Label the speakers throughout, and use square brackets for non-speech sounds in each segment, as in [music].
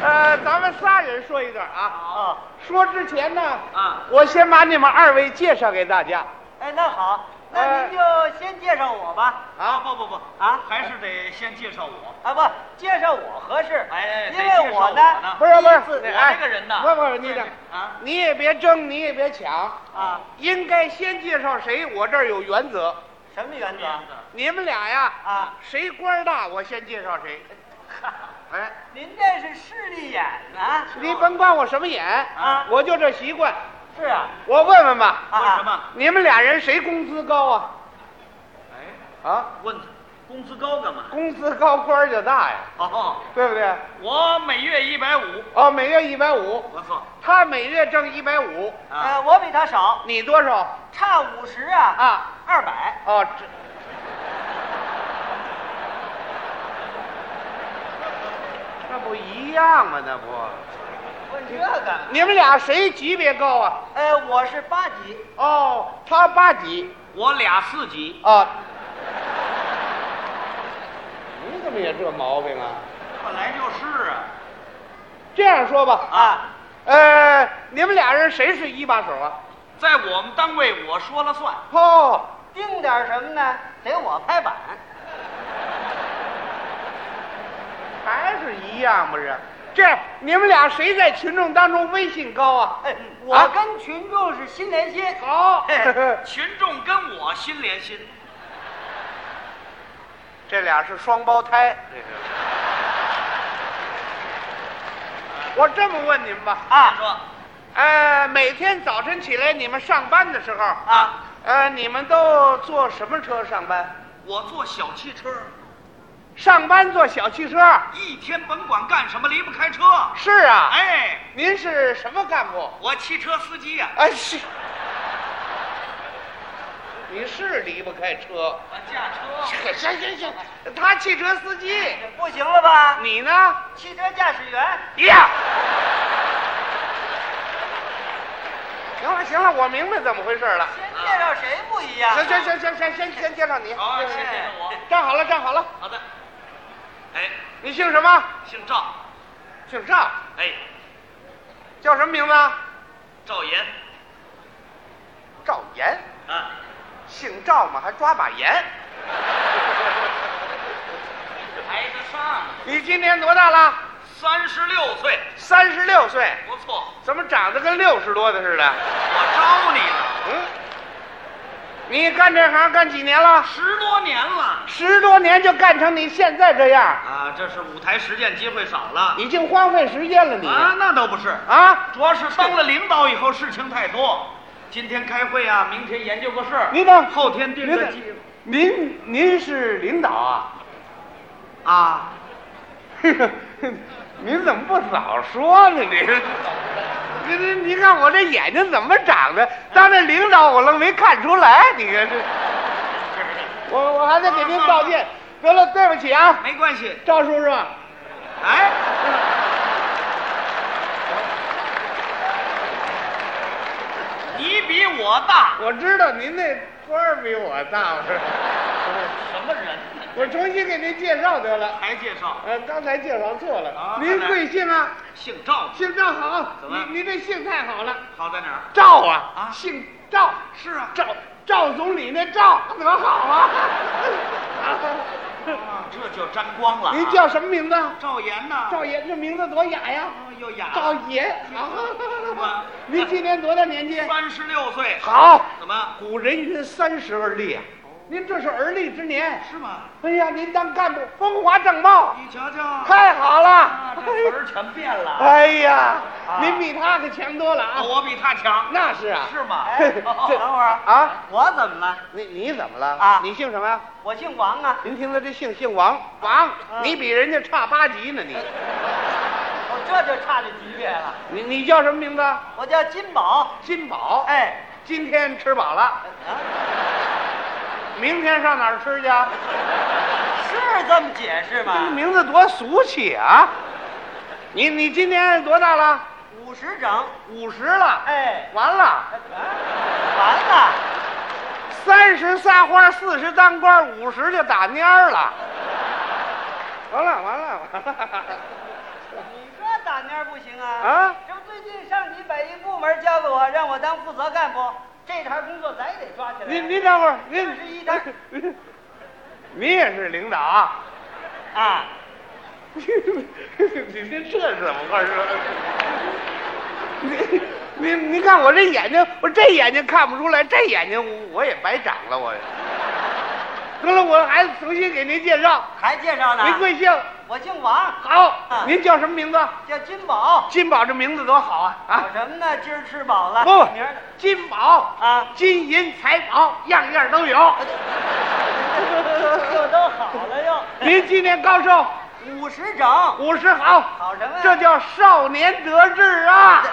Speaker 1: 呃咱们仨人说一段啊
Speaker 2: 好
Speaker 1: 啊！说之前呢
Speaker 2: 啊
Speaker 1: 我先把你们二位介绍给大家。
Speaker 2: 哎，那好，那
Speaker 3: 哎
Speaker 2: 您就先介绍我吧。
Speaker 3: 啊，不不不，
Speaker 2: 啊
Speaker 3: 还是得先介绍我。
Speaker 2: 啊，不，介绍我合适。
Speaker 3: 哎哎
Speaker 2: 因
Speaker 3: 得介
Speaker 2: 为
Speaker 3: 绍
Speaker 2: 我
Speaker 3: 我
Speaker 2: 呢
Speaker 3: 呢，
Speaker 1: 不是不是，
Speaker 2: 啊第一次
Speaker 1: 你
Speaker 3: 我
Speaker 1: 哎
Speaker 3: 这个人呐
Speaker 1: 不不是你这
Speaker 3: 啊
Speaker 1: 你也别争，你也别抢，
Speaker 2: 啊，
Speaker 1: 应该先介绍谁，我这儿有原则。
Speaker 2: 什么原则？
Speaker 1: 你们俩呀，
Speaker 2: 啊，
Speaker 1: 谁官儿大，我先介绍谁。哎，
Speaker 2: 您这是势利眼呢。
Speaker 1: 你甭管我什么眼
Speaker 2: 啊
Speaker 1: 我就这习惯。
Speaker 2: 是啊，
Speaker 1: 我问问吧，
Speaker 2: 啊
Speaker 3: 问什么？
Speaker 1: 你们俩人谁工资高啊？
Speaker 3: 哎，
Speaker 1: 啊，
Speaker 3: 问他工资高干嘛？
Speaker 1: 工资高官儿就大呀，
Speaker 3: 哦，
Speaker 1: 对不对？
Speaker 3: 我每月一百五，
Speaker 1: 哦，每月一百五，
Speaker 3: 不错
Speaker 1: 他每月挣一百五，
Speaker 3: 啊。
Speaker 2: 呃，我比他少，
Speaker 1: 你多少
Speaker 2: 差五十啊，
Speaker 1: 啊？
Speaker 2: 二百。
Speaker 1: 哦，这。那不一样吗？那不，
Speaker 2: 问这个？
Speaker 1: 你们俩谁级别高啊？
Speaker 2: 呃，我是八级。
Speaker 1: 哦，他八级
Speaker 3: 我俩四级，
Speaker 1: 啊。你怎么也这毛病啊？
Speaker 3: 本来就是啊。
Speaker 1: 这样说吧，
Speaker 2: 啊，
Speaker 1: 呃，你们俩人谁是一把手啊？
Speaker 3: 在我们单位我说了算，
Speaker 1: 哦，
Speaker 2: 定点什么呢？给我拍板。
Speaker 3: 嗯
Speaker 1: 还是一样不是？这样，你们俩谁在群众当中威信高啊？
Speaker 2: 哎，
Speaker 1: 啊
Speaker 2: 我跟群众是心连心。
Speaker 1: 好，
Speaker 3: 群众跟我心连心。
Speaker 1: 这俩是双胞胎。我这么问你们吧，
Speaker 3: 他
Speaker 2: 啊
Speaker 3: 说
Speaker 1: 呃，每天早晨起来你们上班的时候，
Speaker 2: 啊，
Speaker 1: 呃，你们都坐什么车上班？
Speaker 3: 我坐小汽车，
Speaker 1: 上班坐小汽车？
Speaker 3: 一天甭管干什么离不开车。
Speaker 1: 是啊。，
Speaker 3: 哎，
Speaker 1: 您是什么干部？
Speaker 3: 我汽车司机呀、
Speaker 1: 哎，是。你是离不开车。
Speaker 3: 我驾车。
Speaker 1: 哎行行行，他汽车司机，
Speaker 2: 这不行了吧？
Speaker 1: 你呢？
Speaker 2: 汽车驾驶员。
Speaker 1: 呀！行了行了，我明白怎么回事了。
Speaker 2: 先介绍谁不一样？啊
Speaker 1: 行行，行行行，先先介绍你。
Speaker 3: 好，啊谢
Speaker 1: 介绍你
Speaker 3: 谢我。
Speaker 1: 站好了，站好了。
Speaker 3: 好的。哎，
Speaker 1: 你姓什么？
Speaker 3: 姓赵，
Speaker 1: 姓赵，
Speaker 3: 哎，
Speaker 1: 叫什么名字啊？
Speaker 3: 赵岩
Speaker 1: 赵岩，
Speaker 3: 啊，
Speaker 1: 姓赵嘛，还抓把盐。
Speaker 3: 挨得上。
Speaker 1: 你今年多大了？
Speaker 3: 三十六岁，
Speaker 1: 三十六岁，
Speaker 3: 不错，
Speaker 1: 怎么长得跟六十多的似的？
Speaker 3: 我招你了，
Speaker 1: 嗯，你干这行干几年了？
Speaker 3: 十多年了。
Speaker 1: 十多年就干成你现在这样，
Speaker 3: 啊，这是舞台实践机会少了。
Speaker 1: 已经荒废时间了你。
Speaker 3: 啊，那倒不是，
Speaker 1: 啊，
Speaker 3: 主要是当了领导以后事情太多。今天开会啊，明天研究个事儿，
Speaker 1: 您等
Speaker 3: 后天定个计
Speaker 1: 您您是领导啊？ [laughs]
Speaker 3: 啊。
Speaker 1: 您怎么不早说呢？你，你你你看我这眼睛怎么长的？当着领导我愣没看出来，你看这，我我还得给您道歉。得了，对不起啊，
Speaker 3: 没关系，
Speaker 1: 赵叔叔，
Speaker 3: 哎， [laughs] 你比我大，
Speaker 1: 我知道您那官儿比我大， [laughs] 我
Speaker 3: 什么人呢？
Speaker 1: 我重新给您介绍得了。
Speaker 3: 还介绍，
Speaker 1: 呃，刚才介绍错了
Speaker 3: 啊。
Speaker 1: 您贵姓啊？
Speaker 3: 姓赵，
Speaker 1: 姓赵好，
Speaker 3: 怎么
Speaker 1: 您您这姓太好了。
Speaker 3: 好在哪儿？
Speaker 1: 赵啊，
Speaker 3: 啊
Speaker 1: 姓赵，
Speaker 3: 是啊
Speaker 1: 赵赵总理那赵怎么好
Speaker 3: [laughs]
Speaker 1: 啊？
Speaker 3: 啊这就沾光了啊。
Speaker 1: 您叫什么名字？
Speaker 3: 赵岩呐？
Speaker 1: 赵爷，这名字多雅呀！
Speaker 3: 哦又雅。
Speaker 1: 赵爷啊
Speaker 3: 是吗，
Speaker 1: 您今年多大年纪？
Speaker 3: 三十六岁，
Speaker 1: 好，
Speaker 3: 怎么？
Speaker 1: 古人云三十而立啊，您这是而立之年。
Speaker 3: 哦是吗？
Speaker 1: 哎呀，您当干部风华正茂，
Speaker 3: 你瞧瞧，
Speaker 1: 太好了
Speaker 3: 啊，！这词儿全变了。
Speaker 1: 哎呀，您比他可强多了啊
Speaker 3: 哦！我比他强，
Speaker 1: 那是啊，
Speaker 3: 是吗？
Speaker 2: 哎，等会儿，
Speaker 1: 啊，
Speaker 2: 我怎么了？
Speaker 1: 你你怎么了
Speaker 2: 啊
Speaker 1: 你姓什么呀？
Speaker 2: 我姓王啊，
Speaker 1: 您听他这姓姓王，王，
Speaker 2: 嗯
Speaker 1: 你比人家差八级呢，你，
Speaker 2: 我哦这就差这级别了。
Speaker 1: 你你叫什么名字？
Speaker 2: 我叫金宝，
Speaker 1: 金宝。，
Speaker 2: 哎，
Speaker 1: 今天吃饱了，
Speaker 2: 啊，
Speaker 1: 明天上哪儿吃去？啊
Speaker 2: 是这么解释
Speaker 1: 这个
Speaker 2: 吗？
Speaker 1: 名字多俗气啊！你你今年多大了？
Speaker 2: 五十整，
Speaker 1: 五十了。，
Speaker 2: 哎，
Speaker 1: 完了，
Speaker 2: 啊完了，
Speaker 1: 三十撒欢，四十当官，五十就打蔫儿了。 [laughs] 完了完了完了，
Speaker 2: 你这打面不行啊！
Speaker 1: 啊
Speaker 2: 这不最近上级把一部门交给我，让我当负责干部，这摊工作咱也得抓起来。
Speaker 1: 您您等会儿，
Speaker 2: 这是一单
Speaker 1: 您 [laughs] 您也是领导啊？
Speaker 2: 啊，
Speaker 1: 你这这怎么回事？你你你看我这眼睛，我这眼睛看不出来，这眼睛我我也白长了，我也。得了，我还重新给您介绍，
Speaker 2: 还介绍呢？
Speaker 1: 您贵姓？
Speaker 2: 我姓王，
Speaker 1: 好
Speaker 2: 啊，
Speaker 1: 您叫什么名字？
Speaker 2: 叫金宝，
Speaker 1: 金宝这名字多好啊
Speaker 2: 搞
Speaker 1: 啊！
Speaker 2: 什么呢？今儿吃饱了，
Speaker 1: 不
Speaker 2: 明儿，
Speaker 1: 金宝
Speaker 2: 啊
Speaker 1: 金银财宝样样都有。
Speaker 2: 又都好了又。
Speaker 1: 您今年高寿？
Speaker 2: 五十整，
Speaker 1: 五十好，啊
Speaker 2: 好什么呀？
Speaker 1: 这叫少年得志啊！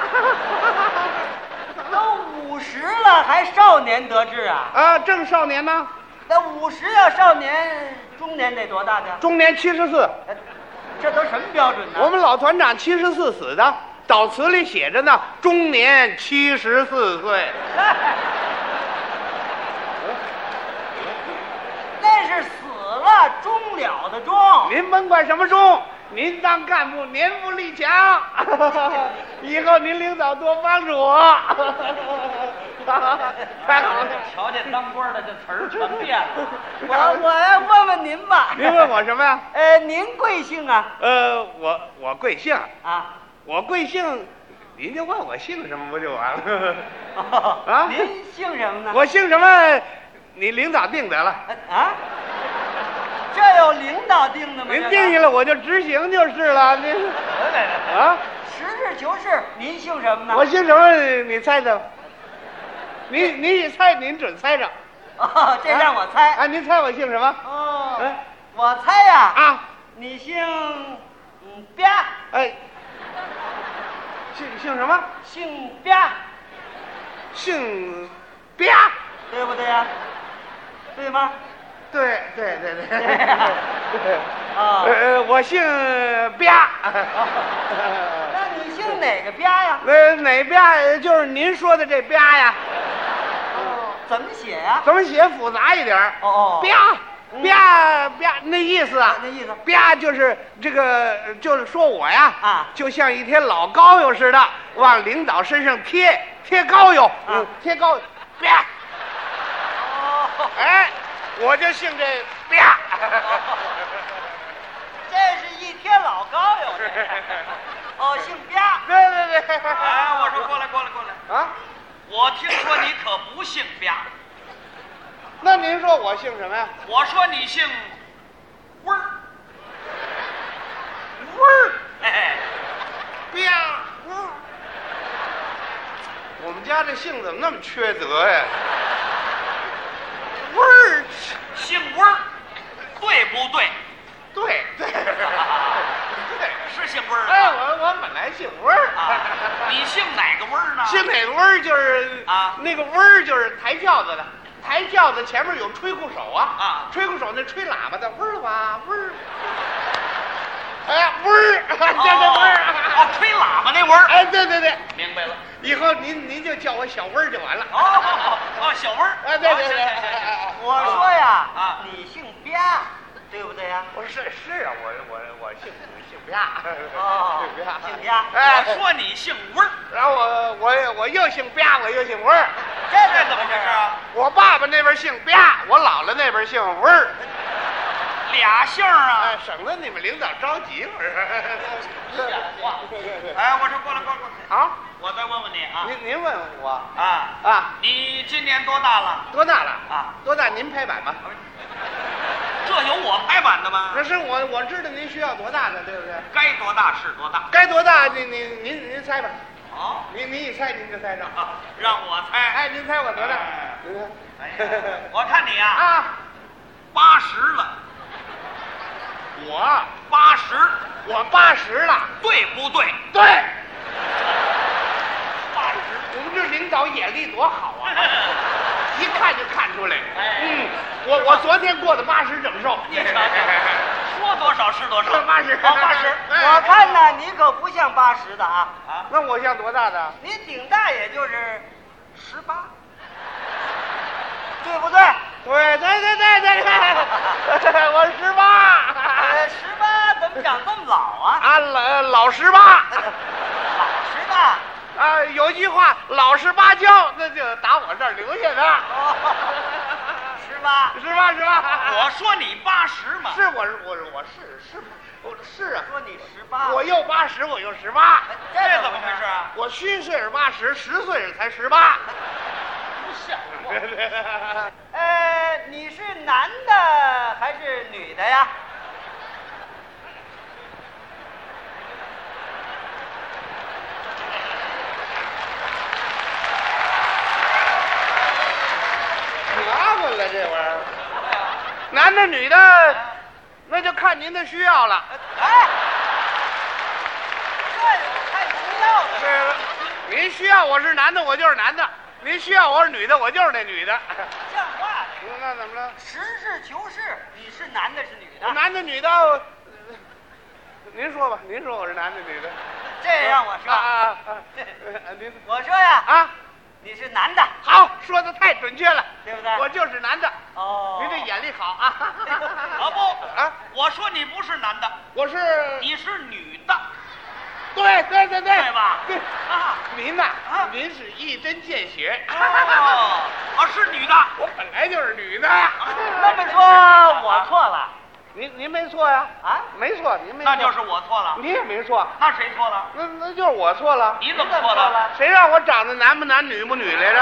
Speaker 2: 都五十了还少年得志啊？
Speaker 1: 啊，正少年呢，
Speaker 2: 那五十要少年，中年得多大呢？
Speaker 1: 中年七十四。
Speaker 2: 哎这都什么标准呢？
Speaker 1: 我们老团长七十四死的，悼词里写着呢，终年七十四岁。
Speaker 2: [laughs] 那是死了终了的终。
Speaker 1: 您甭管什么钟，您当干部年富力强， [laughs] 以后您领导多帮助我。 [laughs] 太好了，
Speaker 3: 瞧见当官的这词儿全变了。
Speaker 2: 我我要问问您吧。
Speaker 1: 您问我什么呀？
Speaker 2: 呃，您贵姓啊？
Speaker 1: 呃，我我贵姓，
Speaker 2: 啊。
Speaker 1: 我贵姓，您就问我姓什么不就完了？
Speaker 2: 啊您姓什么呢？
Speaker 1: [laughs] 我姓什么，你领导定得
Speaker 2: [laughs]
Speaker 1: 了，
Speaker 2: 啊，这有领导定的吗？
Speaker 1: 您定下
Speaker 2: 下
Speaker 1: 来我就执行就是了。您
Speaker 2: 来。 [laughs]
Speaker 1: 啊。
Speaker 2: 实事求是，您姓什么呢？
Speaker 1: 我姓什么？你猜猜吧。你你一猜，您准猜
Speaker 2: [laughs]
Speaker 1: 着。
Speaker 2: [laughs] 哦，这让我猜。
Speaker 1: 啊，您猜我姓什
Speaker 2: [laughs]
Speaker 1: 么？
Speaker 2: 哦
Speaker 1: 哎，
Speaker 2: 我猜呀、
Speaker 1: 啊，
Speaker 2: 你姓嗯吧，
Speaker 1: 哎，姓姓什么？
Speaker 2: 姓吧，
Speaker 1: 姓吧。
Speaker 2: 对不对呀、对吗？
Speaker 1: 对对对
Speaker 2: [laughs]
Speaker 1: 对。对 [laughs]
Speaker 2: 啊
Speaker 1: 呃，我姓
Speaker 2: [laughs]
Speaker 1: 吧。
Speaker 2: 那你姓哪个吧呀？
Speaker 1: 那呃哪吧？就是您说的这吧呀？
Speaker 2: 怎么写呀、
Speaker 1: 怎么写复杂一点儿？
Speaker 2: 哦哦
Speaker 1: 吧吧吧，那意思啊
Speaker 2: 啊，那意思
Speaker 1: 吧就是这个，呃就是说我呀，
Speaker 2: 啊
Speaker 1: 就像一天老膏药似的，往领导身上贴贴膏药，嗯，贴膏，吧，
Speaker 2: 哦，
Speaker 1: 哎，我就姓这吧，
Speaker 2: 这是一天老高哟。这是哦，姓吧。
Speaker 1: 对对对，
Speaker 3: 哎，我说过来过来过来，
Speaker 1: 啊，
Speaker 3: 我听说你可不姓吧，
Speaker 1: 那您说我姓什么呀？
Speaker 3: 我说你姓温儿，
Speaker 1: 味儿
Speaker 3: 嘿嘿，
Speaker 1: 吧，嗯我们家这姓怎么那么缺德呀？味儿，
Speaker 3: 姓温儿，对不对？
Speaker 1: 对对对。
Speaker 3: 是姓温儿
Speaker 1: 哎，
Speaker 3: 吧
Speaker 1: 我我本来姓温儿
Speaker 3: 啊，你姓哪个温儿呢？
Speaker 1: [laughs] 姓哪个温儿就是
Speaker 3: 啊
Speaker 1: 那个温儿就是抬轿子的，抬轿子前面有吹鼓手啊
Speaker 3: 啊
Speaker 1: 吹鼓手那吹喇叭的，嗡儿哇嗡儿，哎呀嗡儿， [laughs]
Speaker 3: 哦
Speaker 1: 这这嗡
Speaker 3: 哦，
Speaker 1: 儿，
Speaker 3: 吹喇叭那温儿。
Speaker 1: 哎对对对，
Speaker 3: 明白了。
Speaker 1: 以后您您就叫我小温儿就完了。
Speaker 3: 哦哦哦，小温儿。
Speaker 1: 哎对
Speaker 3: 哦
Speaker 1: 对对，
Speaker 3: 行行行行
Speaker 1: 哎哎哎
Speaker 2: 我说呀，
Speaker 3: 啊
Speaker 2: 你姓吧，对不对呀、
Speaker 1: 我说是是啊，我我我姓姓吧，
Speaker 2: 哦
Speaker 1: [laughs] 姓吧，
Speaker 2: 姓吧
Speaker 1: 哎，
Speaker 3: 我说你姓温儿，
Speaker 1: 然后我我我又姓吧，我又姓温儿。
Speaker 2: 这
Speaker 3: 这怎么回事啊？？
Speaker 1: 我爸爸那边姓吧，我姥姥那边姓温儿，
Speaker 3: 俩姓儿
Speaker 1: 哎
Speaker 3: 啊。，
Speaker 1: 省得你们领导着
Speaker 3: [laughs]
Speaker 1: 急，啊不是？
Speaker 3: 话
Speaker 1: 对对对
Speaker 3: 哎，我说过来过来过来，
Speaker 1: 啊，
Speaker 3: 我再问问你啊
Speaker 1: 您您问我
Speaker 3: 啊，
Speaker 1: 啊，
Speaker 3: 你今年多大了？
Speaker 1: 多大了？
Speaker 3: 啊，
Speaker 1: 多大？您拍板吧。
Speaker 3: 这有我拍板的吗
Speaker 1: 可？是我我知道您需要多大的，对不对？
Speaker 3: 该多大是多大。
Speaker 1: 该多大？您您您您猜吧，
Speaker 3: 好
Speaker 1: 您您一猜您就猜着。
Speaker 3: 啊，让我猜。
Speaker 1: 哎，您猜我多大
Speaker 3: 哎？
Speaker 1: 您
Speaker 3: 哎呀
Speaker 1: 猜。
Speaker 3: 我看你
Speaker 1: [laughs]
Speaker 3: 啊，
Speaker 1: 啊，
Speaker 3: [laughs] 八十了，
Speaker 1: 我
Speaker 3: 八十，
Speaker 1: 我八十了。
Speaker 3: 对不对？
Speaker 1: 对， [laughs]
Speaker 3: 八十。
Speaker 1: 我们这领导眼力多好啊！一看就看出来。
Speaker 3: 哎
Speaker 1: 嗯，我我昨天过的八十整寿。
Speaker 3: [laughs] 你瞧瞧，说多少是多 [laughs] 少，
Speaker 1: 八十
Speaker 3: 哦八十。
Speaker 1: 哎
Speaker 2: 我看呢，你可不像八十的啊，
Speaker 3: 啊，
Speaker 1: 那我像多大的？
Speaker 2: 你顶大也就是十八，对不
Speaker 1: 啊
Speaker 2: 对？
Speaker 1: 对对对对对，我十八。
Speaker 2: 呃，十八你长这么老
Speaker 1: [laughs]
Speaker 2: 啊？
Speaker 1: 啊，老老实巴
Speaker 2: 老实吧。
Speaker 1: 啊，有句话老实巴交，那就打我这儿留下的，啊
Speaker 2: [laughs] 哦，十八。
Speaker 1: 是吧？是吧？
Speaker 3: 我说你八十嘛，
Speaker 1: 是我是我是我是是我是啊，
Speaker 2: 说你十八。
Speaker 1: 我又八十，我又十八，
Speaker 3: 这怎么回事？啊？
Speaker 1: 我虚岁是八十，实岁是才十八。
Speaker 2: 不像话。呃，你是男的还是女的呀？
Speaker 1: 麻烦了，这玩意儿，男的女的，那就看您的需要了。
Speaker 2: 呃哎，这我太不要了。
Speaker 1: 是，您需要我是男的，我就是男的；您需要我是女的，我就是那女的。
Speaker 2: 像话。
Speaker 1: 那怎么了？
Speaker 2: 实事求是，你是男的，是女的？
Speaker 1: 男的女的，呃您说吧，您说我是男的女的。
Speaker 2: 这让我说，
Speaker 1: 啊啊啊！呃您
Speaker 2: 我说呀，
Speaker 1: 啊，
Speaker 2: 你是男的，
Speaker 1: 好，说的太准确了，
Speaker 2: 对不对
Speaker 1: 我就是男的。
Speaker 2: 哦
Speaker 1: 您这眼力好啊！
Speaker 3: [laughs] 啊不
Speaker 1: 啊，
Speaker 3: 我说你不是男的，
Speaker 1: 我是
Speaker 3: 你是女的，
Speaker 1: 对对对对，
Speaker 3: 对吧？
Speaker 1: 对，
Speaker 3: 啊，
Speaker 1: 您呐
Speaker 3: 啊，
Speaker 1: 您是一针见血。
Speaker 3: 哦，啊是女的，
Speaker 1: [laughs] 我本来就是女的。
Speaker 2: 那么说我错了
Speaker 1: [laughs] 您您没错呀，
Speaker 2: 啊？
Speaker 1: 没错，您没错。
Speaker 3: 那就是我错了，
Speaker 1: 你也没错，
Speaker 3: 那谁错了？
Speaker 1: 那那就是我错了。
Speaker 3: 你怎
Speaker 2: 你
Speaker 3: 么错
Speaker 2: 错
Speaker 3: 了？
Speaker 2: 了？
Speaker 1: 谁让我长得男不男女不女来着？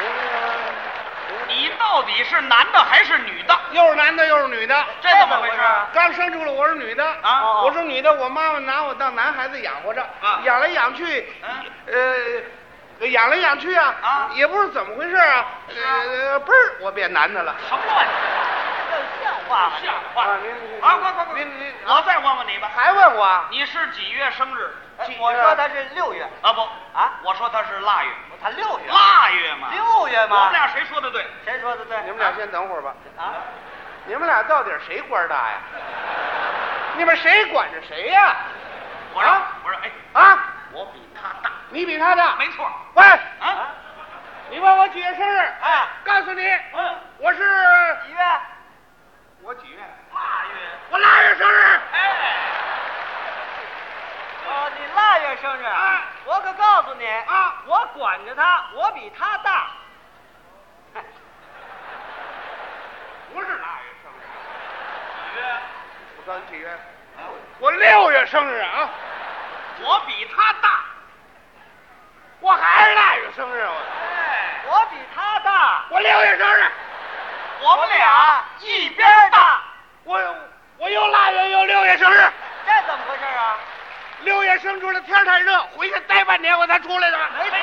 Speaker 3: 哎你到底是男的还是女的？
Speaker 1: 又是男的又是女的，
Speaker 3: 这怎么回事啊？
Speaker 1: 刚生出来我是女的
Speaker 3: 啊
Speaker 2: 哦
Speaker 1: 我是女的，我妈妈拿我当男孩子养活着，
Speaker 3: 啊
Speaker 1: 养来养去，
Speaker 3: 啊
Speaker 1: 呃，养来养去啊，
Speaker 3: 啊
Speaker 1: 也不是怎么回事啊，呃，嘣儿我变男的了。
Speaker 3: 什么乱七
Speaker 2: 这像话吗？
Speaker 3: 像话！
Speaker 1: 啊您
Speaker 3: 啊，快快快！
Speaker 1: 您您
Speaker 3: 我再问问你吧，
Speaker 1: 还问我啊？
Speaker 3: 你是几月生日？
Speaker 2: 哎
Speaker 1: 几
Speaker 2: 我
Speaker 1: 月
Speaker 2: 说他是六月，
Speaker 3: 啊不
Speaker 2: 啊
Speaker 3: 我说他是腊月，
Speaker 2: 他六月，
Speaker 3: 腊月哎嘛。
Speaker 2: 六月
Speaker 3: 我
Speaker 2: 嘛
Speaker 3: 们。俩谁说的对？
Speaker 2: 谁说的对？
Speaker 1: 你们俩先等会儿吧，
Speaker 2: 啊？
Speaker 1: 你们俩到底谁官儿大呀？你们谁管着谁呀、
Speaker 3: 我说
Speaker 1: 啊
Speaker 3: 我说哎，
Speaker 1: 啊？
Speaker 3: 我比他大，
Speaker 1: 你比他大。
Speaker 3: 没错。
Speaker 1: 喂，
Speaker 3: 啊，
Speaker 1: 你问我几月生日？啊
Speaker 2: 哎，
Speaker 1: 告诉你，
Speaker 2: 嗯，
Speaker 1: 我是
Speaker 2: 几月？
Speaker 3: 我几月？腊月。
Speaker 1: 我腊月生日。
Speaker 3: 哎，
Speaker 2: 哦，你腊月生日
Speaker 1: 啊
Speaker 3: 哎
Speaker 2: 我可告诉你
Speaker 1: 啊，
Speaker 2: 我管着他，我比他大。
Speaker 1: 不是腊月生日，
Speaker 3: 几月？
Speaker 1: 我告诉你几月？我六月生日啊！
Speaker 3: 啊我比他大。
Speaker 1: 我还是腊月生日，我
Speaker 3: 哎，
Speaker 2: 我比他大，
Speaker 1: 我六月生日，
Speaker 3: 我们俩一边大。
Speaker 1: 我我又腊月又六月生日，
Speaker 2: 这怎么回事啊？
Speaker 1: 六月生出来天儿太热，回去待半年我才出来的。
Speaker 2: 没错